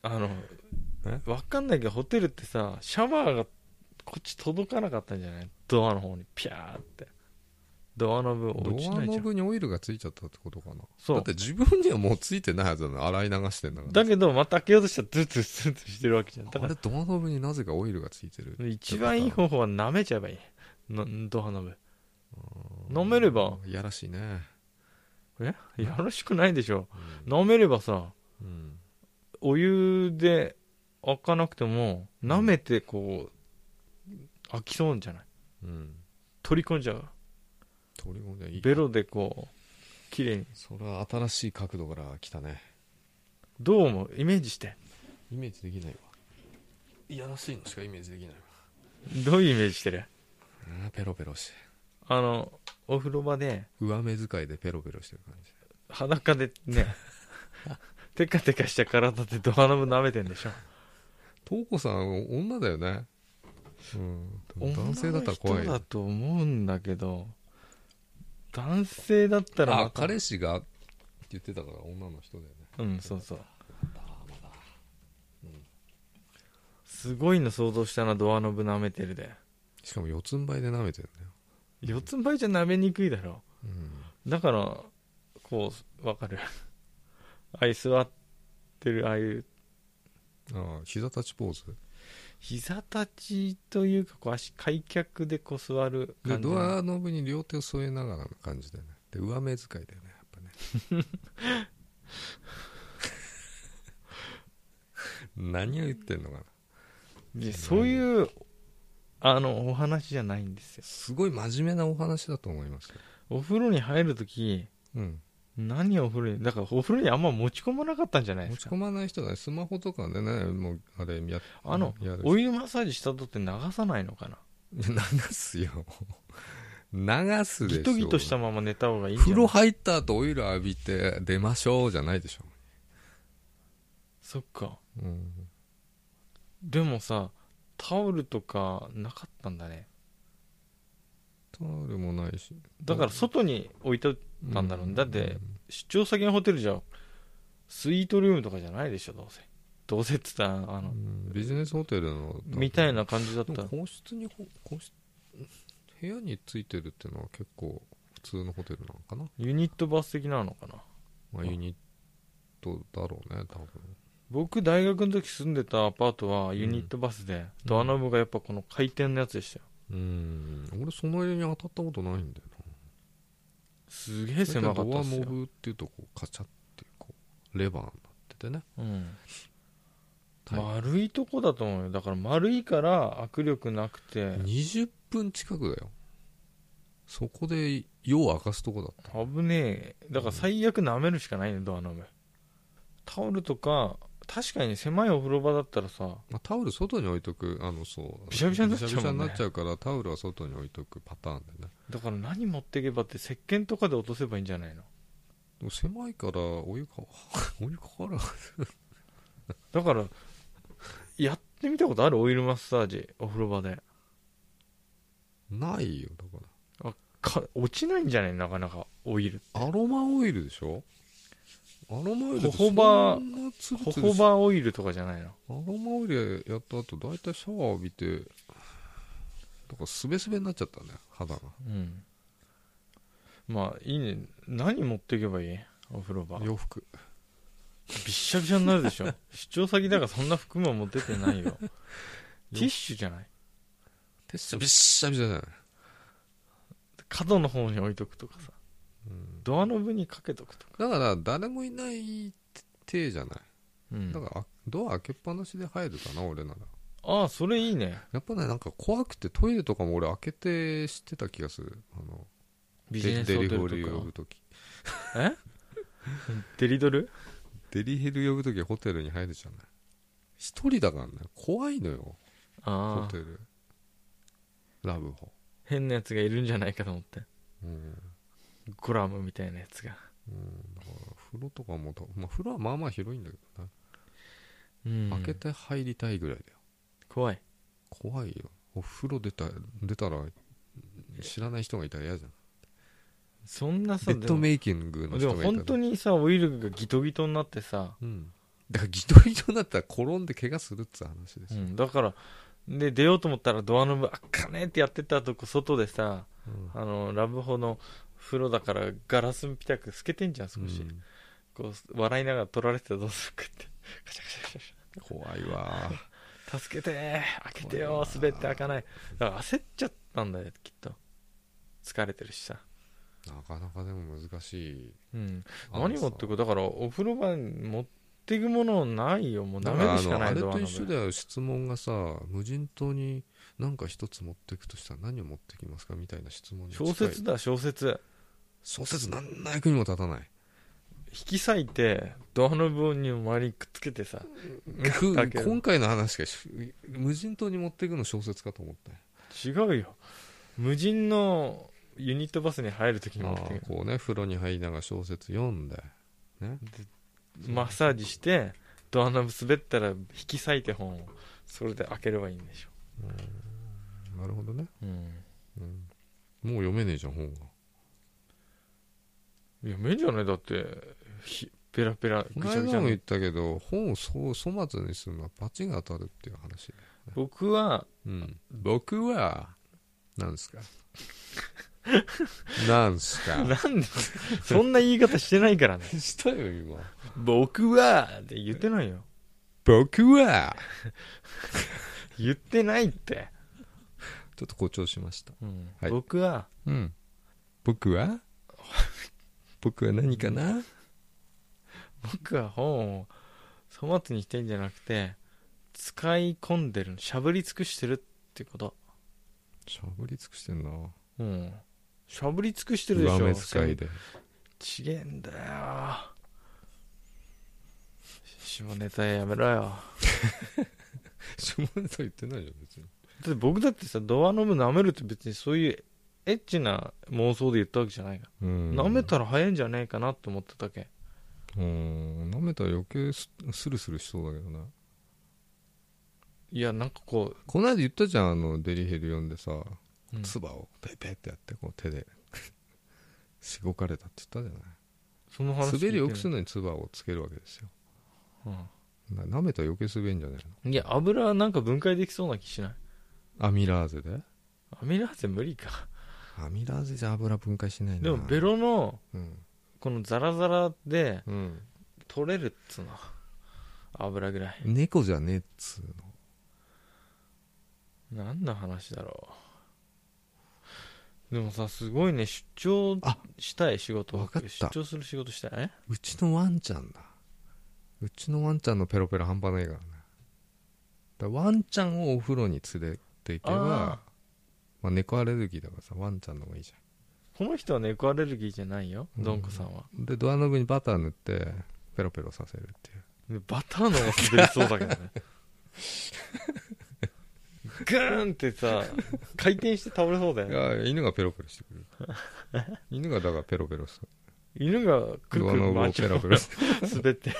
[SPEAKER 2] あの
[SPEAKER 1] え
[SPEAKER 2] わかんないけどホテルってさシャワーがこっち届かなかったんじゃないドアの方にピャーってドアノブ
[SPEAKER 1] ド
[SPEAKER 2] 落ちな
[SPEAKER 1] ア
[SPEAKER 2] いじ
[SPEAKER 1] ノ
[SPEAKER 2] ゃん
[SPEAKER 1] ブにオイルがついちゃったってことかな
[SPEAKER 2] そ
[SPEAKER 1] だ
[SPEAKER 2] う
[SPEAKER 1] って自分にはもうついてないはずなの洗い流してんだから
[SPEAKER 2] だけどまた開けようとしたらツルツルツルツルしてるわけじゃんだ
[SPEAKER 1] あ
[SPEAKER 2] か
[SPEAKER 1] れドアノブになぜかオイルがついてる
[SPEAKER 2] ら一番いい方法は舐めちゃえばいいのドアノブ舐めれば
[SPEAKER 1] いやらしいね
[SPEAKER 2] えやらしくないでしょ舐めればさ
[SPEAKER 1] うん
[SPEAKER 2] お湯で開かなくても舐めてこう開きそうじゃない
[SPEAKER 1] うん
[SPEAKER 2] 取り込んじゃう
[SPEAKER 1] 取り込んでいい
[SPEAKER 2] ベロでこう綺麗に
[SPEAKER 1] それは新しい角度から来たね
[SPEAKER 2] どう思うイメージして
[SPEAKER 1] イメージできないわいやらしいのしかイメージできないわ
[SPEAKER 2] どういうイメージしてる
[SPEAKER 1] あーペロペロして
[SPEAKER 2] あのお風呂場で
[SPEAKER 1] 上目遣いでペロペロしてる感じ
[SPEAKER 2] 裸で
[SPEAKER 1] *laughs*
[SPEAKER 2] ねテカテカした体でドアノブ舐めてんでしょ
[SPEAKER 1] 瞳子さん女だよねうん男性だったら
[SPEAKER 2] 女
[SPEAKER 1] 怖
[SPEAKER 2] の
[SPEAKER 1] い
[SPEAKER 2] 人だと思うんだけど男性だったらま
[SPEAKER 1] あ
[SPEAKER 2] た
[SPEAKER 1] 彼氏がって言ってたから女の人だよね
[SPEAKER 2] うんそうそうすごいの想像したなドアノブ舐めてるで
[SPEAKER 1] しかも四つん這いで舐めてるんだよ
[SPEAKER 2] 四つん這いじゃ舐めにくいだろ
[SPEAKER 1] うん
[SPEAKER 2] だからこうわかる *laughs* ああいう座ってるああいう
[SPEAKER 1] ああ膝立ちポーズ
[SPEAKER 2] 膝立ちというかこう足開脚でこう座る
[SPEAKER 1] で
[SPEAKER 2] 感じ
[SPEAKER 1] ドアノブに両手を添えながらの感じだよねで上目遣いだよねやっぱね
[SPEAKER 2] *laughs*
[SPEAKER 1] 何を言ってんのかない
[SPEAKER 2] やそういうあのお話じゃないんですよ
[SPEAKER 1] すごい真面目なお話だと思いますよ
[SPEAKER 2] お風呂に入るとき
[SPEAKER 1] うん
[SPEAKER 2] 何をお風呂にだからお風呂にあんま持ち込まなかったんじゃないで
[SPEAKER 1] 持
[SPEAKER 2] す
[SPEAKER 1] ち
[SPEAKER 2] か
[SPEAKER 1] 込まない人だねスマホとかでねもうあれや
[SPEAKER 2] あの
[SPEAKER 1] やる
[SPEAKER 2] オイルマッサージしたとって流さないのかな
[SPEAKER 1] 流すよ *laughs* 流すでしょ
[SPEAKER 2] ギトギトしたまま寝た方がいいんじ
[SPEAKER 1] 風
[SPEAKER 2] ゃな
[SPEAKER 1] 呂
[SPEAKER 2] い
[SPEAKER 1] 入った後オイル浴びて出ましょうじゃないでしょ、
[SPEAKER 2] そっか
[SPEAKER 1] うん、
[SPEAKER 2] でもさタオルとかなかったんだね
[SPEAKER 1] タオルもないし
[SPEAKER 2] だから外に置いたなんだろうねだって出張先のホテルじゃスイートルームとかじゃないでしょどうせどうせっつったらあ
[SPEAKER 1] う
[SPEAKER 2] の
[SPEAKER 1] んビジネスホテルの
[SPEAKER 2] みたいな感じだっ
[SPEAKER 1] で
[SPEAKER 2] た
[SPEAKER 1] も個室にほ個室部屋についてるっていうのは結構普通のホテルなのかな、
[SPEAKER 2] ユニットバス的なのかな
[SPEAKER 1] まあ、ユニットだろうね多分
[SPEAKER 2] 僕大学の時住んでたアパートはユニットバスで、ドアノブがやっぱこの回転のやつでしたよ
[SPEAKER 1] うん俺その家に当たったことないんだよ
[SPEAKER 2] すげえ
[SPEAKER 1] な
[SPEAKER 2] 狭かったっす
[SPEAKER 1] ド
[SPEAKER 2] よ
[SPEAKER 1] アモ、ブっていうとこうカチャっていうこうレバーになっててね
[SPEAKER 2] うん、
[SPEAKER 1] タイプ
[SPEAKER 2] 丸いとこだと思うよだから丸いから握力なくて
[SPEAKER 1] 20分近くだよそこで夜を明かすとこだった
[SPEAKER 2] 危ねえだから最悪舐めるしかないねドアノブタオルとか確かに狭いお風呂場だったらさ
[SPEAKER 1] まあ、タオル外に置いとくあのそう
[SPEAKER 2] びしゃびしゃになっちゃうも
[SPEAKER 1] び
[SPEAKER 2] んね
[SPEAKER 1] しびしになっちゃうからタオルは外に置いとくパターンでね
[SPEAKER 2] だから何持っていけばって石鹸とかで落とせばいいんじゃないの
[SPEAKER 1] でも狭いからお湯かお湯かかる
[SPEAKER 2] だからやってみたことあるオイルマッサージお風呂場で
[SPEAKER 1] ないよだか
[SPEAKER 2] か落ちないんじゃないなかなかオイル
[SPEAKER 1] らアロマオイルでしょアロマオイルって
[SPEAKER 2] ホホバ
[SPEAKER 1] そんなツルツ
[SPEAKER 2] ホ
[SPEAKER 1] ルし
[SPEAKER 2] ホバオイルとかじゃないの
[SPEAKER 1] アロマオイルやった後大体シャワー浴びてだからスベスベになっちゃったね肌が
[SPEAKER 2] うんまあいいね何持っていけばいいお風呂場びっ
[SPEAKER 1] 洋服
[SPEAKER 2] しゃびしゃになるでし *laughs* ょ出張先だからそんな服も持ってってない *laughs* よティッシュじゃない
[SPEAKER 1] テッシャびっしゃびしゃじゃない
[SPEAKER 2] 角の方に置いとくとかさ
[SPEAKER 1] うん
[SPEAKER 2] ドアノブにかけとくとか
[SPEAKER 1] だから誰もいない手じゃない
[SPEAKER 2] うん
[SPEAKER 1] だからあドア開けっぱなしで入るかな俺なら
[SPEAKER 2] ああそれいいね
[SPEAKER 1] やっぱねなんか怖くてトイレとかも俺開けて知ってた気がするあの
[SPEAKER 2] ビジネス
[SPEAKER 1] デ
[SPEAKER 2] ホ
[SPEAKER 1] リ
[SPEAKER 2] テ
[SPEAKER 1] ホリ
[SPEAKER 2] ル
[SPEAKER 1] 呼
[SPEAKER 2] とか
[SPEAKER 1] ぶ時
[SPEAKER 2] えデリドル
[SPEAKER 1] デリヘル呼ぶ時ホテルに入るじゃない一人だからね怖いのよホ
[SPEAKER 2] ああ
[SPEAKER 1] テルラブホ
[SPEAKER 2] 変なやつがいるんじゃないかと思って
[SPEAKER 1] うん
[SPEAKER 2] ゴラムみたいなやつが
[SPEAKER 1] うんだから風呂とかもた、まあ、風呂はまあまあ広いんだけどね、
[SPEAKER 2] うん
[SPEAKER 1] 開けて入りたいぐらいだよ
[SPEAKER 2] 怖い
[SPEAKER 1] 怖いよお風呂出た出たら知らない人がいたら嫌じゃん
[SPEAKER 2] そんなさ
[SPEAKER 1] ベッド
[SPEAKER 2] でも
[SPEAKER 1] メイキングの
[SPEAKER 2] で
[SPEAKER 1] 人
[SPEAKER 2] も
[SPEAKER 1] がいたら
[SPEAKER 2] 本当にさオイルがギトギトになってさ、
[SPEAKER 1] うんだからギトギトになったら転んで怪我するっつう話です
[SPEAKER 2] う
[SPEAKER 1] よ、
[SPEAKER 2] ん、だからで出ようと思ったらドアノブあっかねえってやってたとこ外でさ
[SPEAKER 1] うん
[SPEAKER 2] あのラブホの風呂だからガラスみたく透けてんじゃん少し、
[SPEAKER 1] うん
[SPEAKER 2] こう笑いながら取られてたらどうするかってカシャカシャカシャカシ
[SPEAKER 1] 怖いわ
[SPEAKER 2] ャ助けて開けて
[SPEAKER 1] う
[SPEAKER 2] よ
[SPEAKER 1] わー
[SPEAKER 2] 滑って開かないだから焦っちゃったんだよきっと疲れてるしさ
[SPEAKER 1] ーなかなかでも難しい
[SPEAKER 2] うん、何持って
[SPEAKER 1] く
[SPEAKER 2] くだからお風呂場に持ってくものないよもう
[SPEAKER 1] だ
[SPEAKER 2] 舐
[SPEAKER 1] か
[SPEAKER 2] め
[SPEAKER 1] らあ
[SPEAKER 2] るしか
[SPEAKER 1] の
[SPEAKER 2] な
[SPEAKER 1] あ
[SPEAKER 2] い
[SPEAKER 1] れ
[SPEAKER 2] ドア
[SPEAKER 1] と
[SPEAKER 2] ノブ
[SPEAKER 1] 一緒だよ質問がさ無人島に何か一つ持ってくとしたら何を持ってきますかみたいな質問に近い
[SPEAKER 2] 小説だ小説
[SPEAKER 1] 小説何の役にも立た
[SPEAKER 2] *laughs*
[SPEAKER 1] ない
[SPEAKER 2] 引き裂いてドアノブに周りにくっつけてさ
[SPEAKER 1] く
[SPEAKER 2] だけど
[SPEAKER 1] 今回の話がし無人島に持っていくの小説かと思ったよ
[SPEAKER 2] 違うよ無人のユニットバスに入るときに持って
[SPEAKER 1] あーこうね風呂に入りながら小説読んでね
[SPEAKER 2] マッサージしてドアノブ滑ったら引き裂いて本をそれで開ければいいんでしょ、
[SPEAKER 1] なるほどね、
[SPEAKER 2] うん、
[SPEAKER 1] うん、もう読めねえじゃん本が
[SPEAKER 2] いや目じゃないだってひペラペラ
[SPEAKER 1] こ
[SPEAKER 2] ぐ
[SPEAKER 1] の
[SPEAKER 2] ちゃぐち
[SPEAKER 1] 間
[SPEAKER 2] ゃ
[SPEAKER 1] も
[SPEAKER 2] の
[SPEAKER 1] 言ったけど本をそう粗末にするのは罰が当たるっていう話
[SPEAKER 2] 僕は
[SPEAKER 1] うん僕はなん *laughs* すかなんす
[SPEAKER 2] なん
[SPEAKER 1] か
[SPEAKER 2] で *laughs* そんな言い方してないからね
[SPEAKER 1] したよ今
[SPEAKER 2] *laughs* 僕はって言ってないよ
[SPEAKER 1] 僕は
[SPEAKER 2] 言ってないって、
[SPEAKER 1] ちょっと誇張しましたはい
[SPEAKER 2] 僕は
[SPEAKER 1] うん僕は僕は何かな
[SPEAKER 2] 僕は本を粗末にしてんじゃなくて使い込んでるしゃぶり尽くしてるってこと
[SPEAKER 1] しゃぶり尽くしてんな
[SPEAKER 2] うんしゃぶり尽くしてるでし
[SPEAKER 1] 上目
[SPEAKER 2] ょ
[SPEAKER 1] 使いで
[SPEAKER 2] ちげえんだよ下ネタやめろよだ
[SPEAKER 1] 下ネタ言ってないじゃん別に
[SPEAKER 2] って僕だってさドアノブ舐めるって別にそういうエッチな妄想で言ったわけじゃないから、
[SPEAKER 1] うん
[SPEAKER 2] 舐めたら早いんじゃねえかなって思っただけ
[SPEAKER 1] うん舐めたら余計すスルスルしそうだけどな
[SPEAKER 2] いやなんかこ
[SPEAKER 1] この間言ったじゃんあのデリヘル読んでさ
[SPEAKER 2] う、うんそ
[SPEAKER 1] 唾をペペってやってこう手で *laughs* しごかれたって言ったじゃな
[SPEAKER 2] の話
[SPEAKER 1] い滑りを良くす
[SPEAKER 2] る
[SPEAKER 1] るのに唾をつけるわけですよ
[SPEAKER 2] うん
[SPEAKER 1] な舐めたら余計滑るんじゃない
[SPEAKER 2] いや油はなんか分解できそうな気しない
[SPEAKER 1] のアミラーゼで
[SPEAKER 2] アミラーゼ無理か
[SPEAKER 1] アミラーゼじゃ油分解しないな
[SPEAKER 2] でもベロの
[SPEAKER 1] うん、
[SPEAKER 2] このザラザラで
[SPEAKER 1] うん、
[SPEAKER 2] 取れるっつうの油ぐらい
[SPEAKER 1] 猫じゃねえっつうの
[SPEAKER 2] 何の話だろうでもさすごいね出張
[SPEAKER 1] あ
[SPEAKER 2] したい仕事
[SPEAKER 1] わかった
[SPEAKER 2] 出張する仕事したいえ
[SPEAKER 1] うちのワンちゃんだうちのワンちゃんのペロペロ半端ないからねだからワンちゃんをお風呂に連れていけば
[SPEAKER 2] あ
[SPEAKER 1] まあ、猫アレルギーだからさワンちゃんの方がいいじ
[SPEAKER 2] この人は猫アレルギーじゃないよ
[SPEAKER 1] うん
[SPEAKER 2] ドンコさんは、
[SPEAKER 1] ゃんでドアノブにバター塗ってペロペロさせるっていう
[SPEAKER 2] でバターの方が滑りそうだけどね
[SPEAKER 1] *laughs*
[SPEAKER 2] グーンってさ回転して倒れそうだよ
[SPEAKER 1] い
[SPEAKER 2] ね
[SPEAKER 1] や犬がペロペロしてくる *laughs* 犬がだからペロペロする
[SPEAKER 2] 犬がくる
[SPEAKER 1] ド
[SPEAKER 2] く
[SPEAKER 1] アノ
[SPEAKER 2] る
[SPEAKER 1] ブを
[SPEAKER 2] 回っち
[SPEAKER 1] ペ
[SPEAKER 2] ゃ
[SPEAKER 1] ロペ
[SPEAKER 2] う
[SPEAKER 1] ロ *laughs*
[SPEAKER 2] 滑って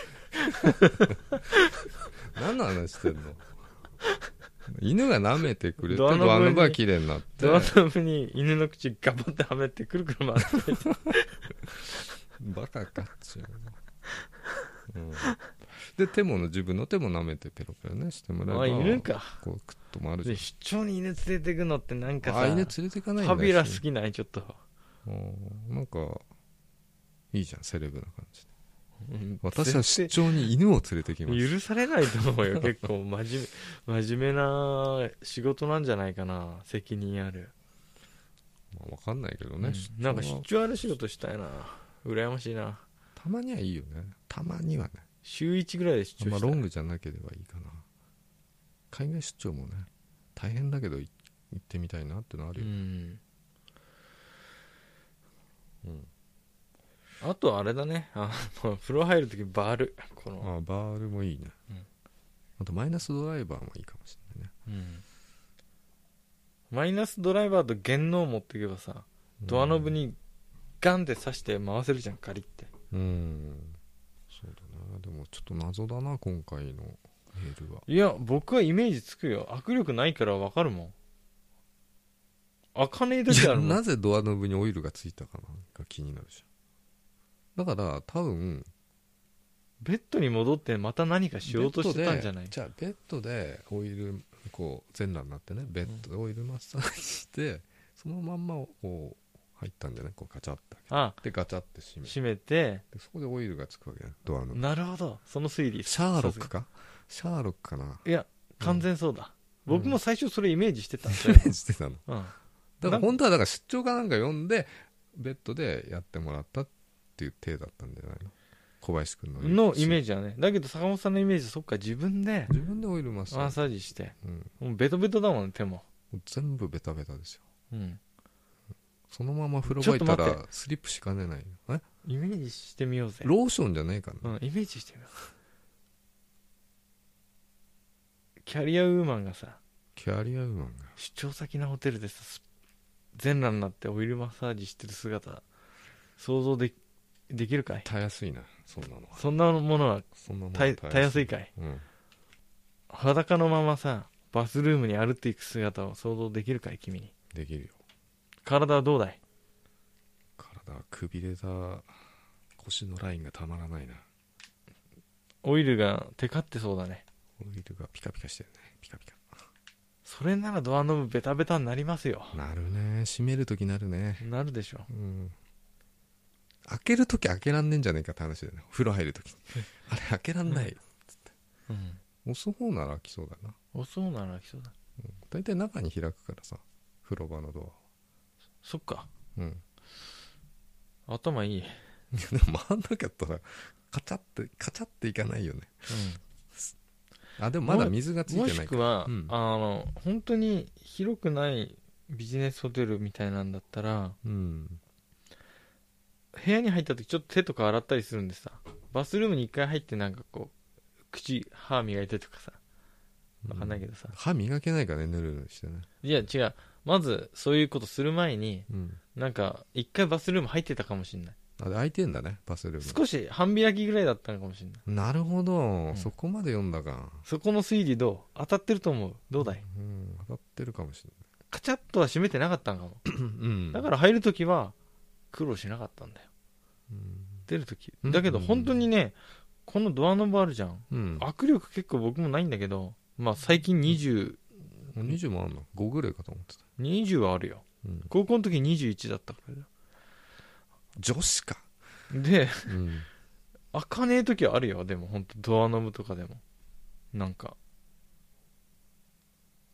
[SPEAKER 1] 何の話してんの犬が舐めてくれて
[SPEAKER 2] ドアノブに
[SPEAKER 1] ドアノブが綺麗になって
[SPEAKER 2] ドアノブに犬の口ガバってはめてくるくる回って
[SPEAKER 1] バカかっちゅう、うん、で手もの自分の手も舐めてペロペロねしてもらえば
[SPEAKER 2] あ犬か
[SPEAKER 1] こうクッと回るじゃん
[SPEAKER 2] で出張に犬連れてくのってなんか
[SPEAKER 1] あ
[SPEAKER 2] さ
[SPEAKER 1] 犬連れていかないんだ
[SPEAKER 2] ファビュラ
[SPEAKER 1] 一
[SPEAKER 2] 好
[SPEAKER 1] 緒に
[SPEAKER 2] きないちょっと、
[SPEAKER 1] うんなんかいいじゃんセレブな感じで
[SPEAKER 2] うん
[SPEAKER 1] 私は出張に犬を連れてきます
[SPEAKER 2] 許されないと思うよ結構真面目真 *laughs* 面目な仕事なんじゃないかな責任ある、
[SPEAKER 1] まあ、わかんないけど
[SPEAKER 2] う
[SPEAKER 1] ね
[SPEAKER 2] ん、
[SPEAKER 1] 出張
[SPEAKER 2] な
[SPEAKER 1] は
[SPEAKER 2] んか出張ある仕事したいな羨ましいな
[SPEAKER 1] たまにはいいよねたまにはね
[SPEAKER 2] 週1ぐらいで
[SPEAKER 1] あ
[SPEAKER 2] 出
[SPEAKER 1] んま
[SPEAKER 2] 張した
[SPEAKER 1] ロ
[SPEAKER 2] い、
[SPEAKER 1] ングじゃなければいいかな海外出張もね大変だけどい行ってみたいなってのある
[SPEAKER 2] う
[SPEAKER 1] よ、
[SPEAKER 2] ん
[SPEAKER 1] うん
[SPEAKER 2] あとあれだねあの *laughs* 風呂入るときバールこの、
[SPEAKER 1] あバールもいいね、
[SPEAKER 2] うん
[SPEAKER 1] あとマイナスドライバーもいいかもしれないね
[SPEAKER 2] うんマイナスドライバーと弦のを持っていけばさドアノブにガンって刺して回せるじゃんガリって
[SPEAKER 1] うん、うんそうだなでもちょっと謎だな今回のメールはい
[SPEAKER 2] や僕はイメージつくよ握力ないから分かるもん開かねえ時あるもん
[SPEAKER 1] なぜドアノブにオイルがついたかなんか気になるじゃんだから多分
[SPEAKER 2] ベッドに戻ってまた何かしようとしてたんじゃな
[SPEAKER 1] ベッドで
[SPEAKER 2] い
[SPEAKER 1] じゃあベッドでオイルこう全裸になってねベッドでオイルマッサージして、そのまんまこう入ったんじゃないこうガチャッて
[SPEAKER 2] あ
[SPEAKER 1] でガチャッて閉めて
[SPEAKER 2] 閉めて
[SPEAKER 1] そこでオイルがつくわけだよドアノブ
[SPEAKER 2] なるほどその推理
[SPEAKER 1] シャーロックかシャーロックかな
[SPEAKER 2] さすがいや完全そうだ、
[SPEAKER 1] うん
[SPEAKER 2] 僕も最初それイメージしてたん
[SPEAKER 1] イメ
[SPEAKER 2] *laughs*
[SPEAKER 1] ージしてたの
[SPEAKER 2] うん、
[SPEAKER 1] だから本当はだから出張かなんか読んでベッドでやってもらったっていう体だったんじゃないの小林君の
[SPEAKER 2] のイメ
[SPEAKER 1] ージ
[SPEAKER 2] ージはねだけど坂本さんのイメージはそっか自分で
[SPEAKER 1] 自分でオイルマッサ
[SPEAKER 2] マ
[SPEAKER 1] ー
[SPEAKER 2] ッ
[SPEAKER 1] ジ、
[SPEAKER 2] サージして
[SPEAKER 1] うん、
[SPEAKER 2] もうベトベトだもんね手も、
[SPEAKER 1] もう全部ベタベタですよ
[SPEAKER 2] うん、
[SPEAKER 1] そのまま風呂場行った
[SPEAKER 2] ちょっと待
[SPEAKER 1] らスリップしかねないのえ
[SPEAKER 2] イメージしてみようぜ
[SPEAKER 1] ローションじゃないかな、
[SPEAKER 2] うん、イメージしてみようキャリアウーマンがさ
[SPEAKER 1] キャリアウーマンが
[SPEAKER 2] 出張先のホテルでさす全裸になってオイルマッサージしてる姿想像でできるかい
[SPEAKER 1] たやすいなそんなのは
[SPEAKER 2] そんなものは
[SPEAKER 1] そんなもん
[SPEAKER 2] たたやすい
[SPEAKER 1] い
[SPEAKER 2] かい
[SPEAKER 1] うん
[SPEAKER 2] 裸のままさバスルームに歩いていく姿を想像できるかい君に
[SPEAKER 1] できるよ
[SPEAKER 2] 体はどうだい
[SPEAKER 1] 体はくびれた腰のラインがたまらないな
[SPEAKER 2] オイルがテカってそうだね
[SPEAKER 1] オイルがピカピカしてるねピカピカ
[SPEAKER 2] それならドアノブベタベタになりますよ
[SPEAKER 1] なるね閉めるときなるね
[SPEAKER 2] なるでしょ
[SPEAKER 1] うん開けるとき開けらんねえんじゃねえかって話だよねお風呂入るときあれ開けらんない、
[SPEAKER 2] う、
[SPEAKER 1] 押す方なら開きそうだな
[SPEAKER 2] おそうなら来そうだ
[SPEAKER 1] 大体中に開くからさ風呂場のド
[SPEAKER 2] そっか
[SPEAKER 1] アうん
[SPEAKER 2] 頭いい、うん、
[SPEAKER 1] い *laughs* やでも回んなかったらカチャってカチャっていかないよねあでもまだ水がつい
[SPEAKER 2] も
[SPEAKER 1] てな
[SPEAKER 2] し
[SPEAKER 1] いか
[SPEAKER 2] く
[SPEAKER 1] ら
[SPEAKER 2] は、
[SPEAKER 1] うん
[SPEAKER 2] あの本当に広くないビジネスホテルみたいなんだったら
[SPEAKER 1] うん
[SPEAKER 2] 部屋に入った時ちょっと手とか洗ったりするんでさバスルームに一回入ってなんかこう口歯磨いてとかさわかんないけどさ、
[SPEAKER 1] 歯磨けないからねぬるぬるしてね
[SPEAKER 2] いや違うまずそういうことする前に
[SPEAKER 1] うん
[SPEAKER 2] なんか一回バスルーム入ってたかもしんない
[SPEAKER 1] あで開いてんだねバスルー
[SPEAKER 2] 少し半開きぐらいだったのかもしれない
[SPEAKER 1] ムなるほど、
[SPEAKER 2] ん
[SPEAKER 1] そこまで読んだか
[SPEAKER 2] そこの推理どう当たってると思うどうだい
[SPEAKER 1] うん当たってるかもし
[SPEAKER 2] カチャッとは閉めてなかったんかも
[SPEAKER 1] れない、うん、
[SPEAKER 2] だから入るときは苦労しなかったんだよ
[SPEAKER 1] うん、
[SPEAKER 2] 出るとき
[SPEAKER 1] うん
[SPEAKER 2] だけど本当にねこのドアノブあるじゃん
[SPEAKER 1] うん、
[SPEAKER 2] 握力結構僕もないんだけどまあ最近2020
[SPEAKER 1] 20もあんの5ぐらいかと思ってた、
[SPEAKER 2] はあるよ
[SPEAKER 1] うん、
[SPEAKER 2] 高校の時21だったからだよ
[SPEAKER 1] 女子か、
[SPEAKER 2] で
[SPEAKER 1] うん、
[SPEAKER 2] 開かねえ時はあるよでも本当ドアノブとかでもなんか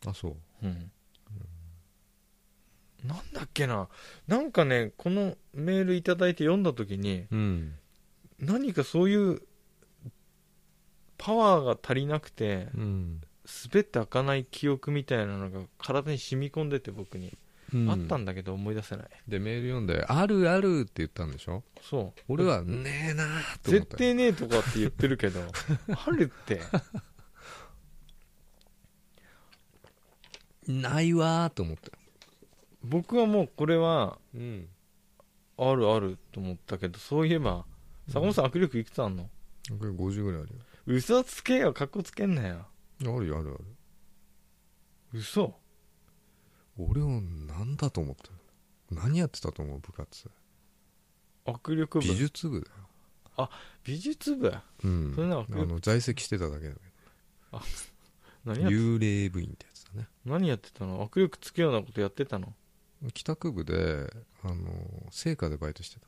[SPEAKER 1] あそう
[SPEAKER 2] うんなんだっけななんかねこのメールいただいて読んだ時に
[SPEAKER 1] うん
[SPEAKER 2] 何かそういうパワーが足りなくて
[SPEAKER 1] うん、
[SPEAKER 2] 滑って開かない記憶みたいなのが体に染み込んでて僕に、あったんだけど思い出せない
[SPEAKER 1] でメール読んで「あるある」って言ったんでしょ
[SPEAKER 2] そう
[SPEAKER 1] 俺は「ねえなー」って思っ
[SPEAKER 2] 絶
[SPEAKER 1] たよ
[SPEAKER 2] 対ねえとかって言ってるけ *laughs* どあるって
[SPEAKER 1] ないわーと思ったよ
[SPEAKER 2] 僕はもうこれは
[SPEAKER 1] うん
[SPEAKER 2] あるあると思ったけどそういえば坂本さん握力いくつあんの、
[SPEAKER 1] これ50ぐらいある
[SPEAKER 2] 嘘つけよかっこつけんなよ
[SPEAKER 1] よあるよあるある
[SPEAKER 2] 嘘
[SPEAKER 1] 俺を何だと思ったの何やってたと思う部活
[SPEAKER 2] 握力部
[SPEAKER 1] 美
[SPEAKER 2] 美術
[SPEAKER 1] 術部だよ
[SPEAKER 2] 部
[SPEAKER 1] うん
[SPEAKER 2] それなん
[SPEAKER 1] あ
[SPEAKER 2] か
[SPEAKER 1] の在籍してただけだけ
[SPEAKER 2] 何
[SPEAKER 1] ど
[SPEAKER 2] や
[SPEAKER 1] 幽霊部員ってやつだね
[SPEAKER 2] 何やってたの握力つけようなことやってたの
[SPEAKER 1] 帰宅部であの聖火でバイトしてた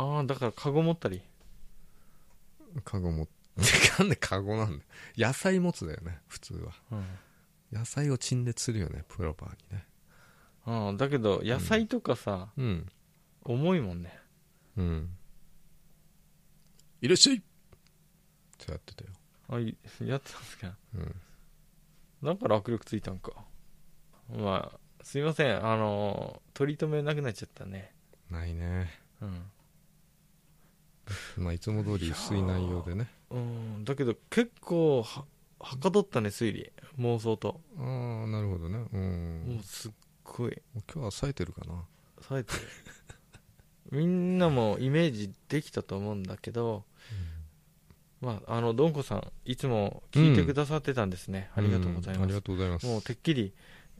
[SPEAKER 2] ああだからカゴ持ったり
[SPEAKER 1] カゴ持って *laughs* なんでカゴなんだよ野菜持つだよね普通は
[SPEAKER 2] うん
[SPEAKER 1] 野菜を陳列するよねプロパーにね
[SPEAKER 2] あーだけど野菜とかさ、
[SPEAKER 1] うん
[SPEAKER 2] 重いもんね
[SPEAKER 1] うんいらっしゃいってやってたよ
[SPEAKER 2] あいやってたんですか
[SPEAKER 1] うん
[SPEAKER 2] だから握力ついたんかまあすいませんあのー取り留めなくなっちゃったね
[SPEAKER 1] ないね
[SPEAKER 2] うん、
[SPEAKER 1] まあいつも通り薄い内容でね
[SPEAKER 2] うん、だけど結構ははかどったね推理妄想と、
[SPEAKER 1] ああなるほどねうん
[SPEAKER 2] もうすっごい
[SPEAKER 1] もう今日は冴えてるかな
[SPEAKER 2] 冴えてる *laughs* みんなもイメージできたと思うんだけど、まああのどんこさんいつも聞いてくださってたんですね、ありがとうござい
[SPEAKER 1] んあ
[SPEAKER 2] ま
[SPEAKER 1] りが
[SPEAKER 2] す、
[SPEAKER 1] とうございます
[SPEAKER 2] もうてっきり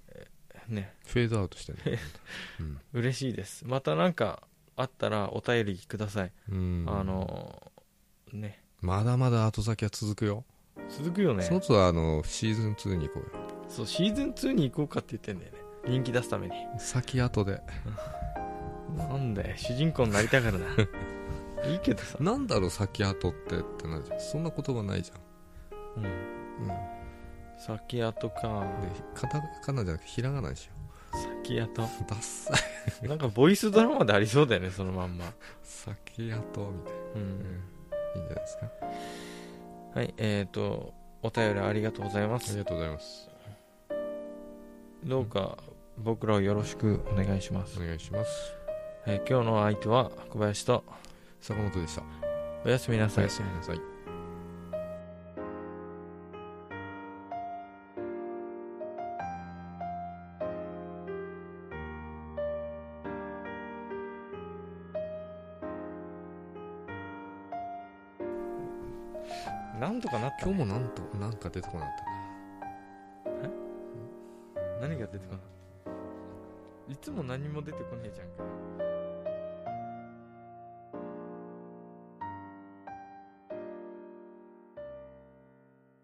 [SPEAKER 2] えーね
[SPEAKER 1] フェードアウトして
[SPEAKER 2] *laughs*
[SPEAKER 1] ねうん
[SPEAKER 2] 嬉しいですまたなんかあったらお便りください、
[SPEAKER 1] うん
[SPEAKER 2] あのーね
[SPEAKER 1] まだまだ後先は続くよ、
[SPEAKER 2] 続くよね
[SPEAKER 1] その都度あのシーズン2に行こうよ
[SPEAKER 2] そうシーズン2に行こうかって言ってんだよね人気出すために
[SPEAKER 1] 先後で
[SPEAKER 2] なんだよ主人公になり
[SPEAKER 1] *laughs*
[SPEAKER 2] たからないいけどさ、
[SPEAKER 1] なんだろう先後ってってなるじゃんそんな言葉ないじ
[SPEAKER 2] うん、
[SPEAKER 1] ゃん、うん、
[SPEAKER 2] 先後か
[SPEAKER 1] でカタカナじゃなくてひらがなにしよ
[SPEAKER 2] 先後
[SPEAKER 1] う *laughs* ダッサい
[SPEAKER 2] なんかボイスドラマでありそうだよねそのまんま
[SPEAKER 1] 先後みたいな、
[SPEAKER 2] う
[SPEAKER 1] うん
[SPEAKER 2] ん、
[SPEAKER 1] いいんじゃないですか
[SPEAKER 2] はいえっ、ー、とお便りありがとうございま
[SPEAKER 1] あり
[SPEAKER 2] す
[SPEAKER 1] がとうございます
[SPEAKER 2] どうか僕らをよろしくお願いします
[SPEAKER 1] お、願いします
[SPEAKER 2] えー今日の相手は小林と
[SPEAKER 1] 坂本でした
[SPEAKER 2] おやすみな
[SPEAKER 1] お
[SPEAKER 2] さい
[SPEAKER 1] やすみなさい
[SPEAKER 2] なんとかなった、
[SPEAKER 1] 今日
[SPEAKER 2] ね、
[SPEAKER 1] もなんとなんか出てこなかったな
[SPEAKER 2] 何が出てこないいつも何も出てこないじゃんか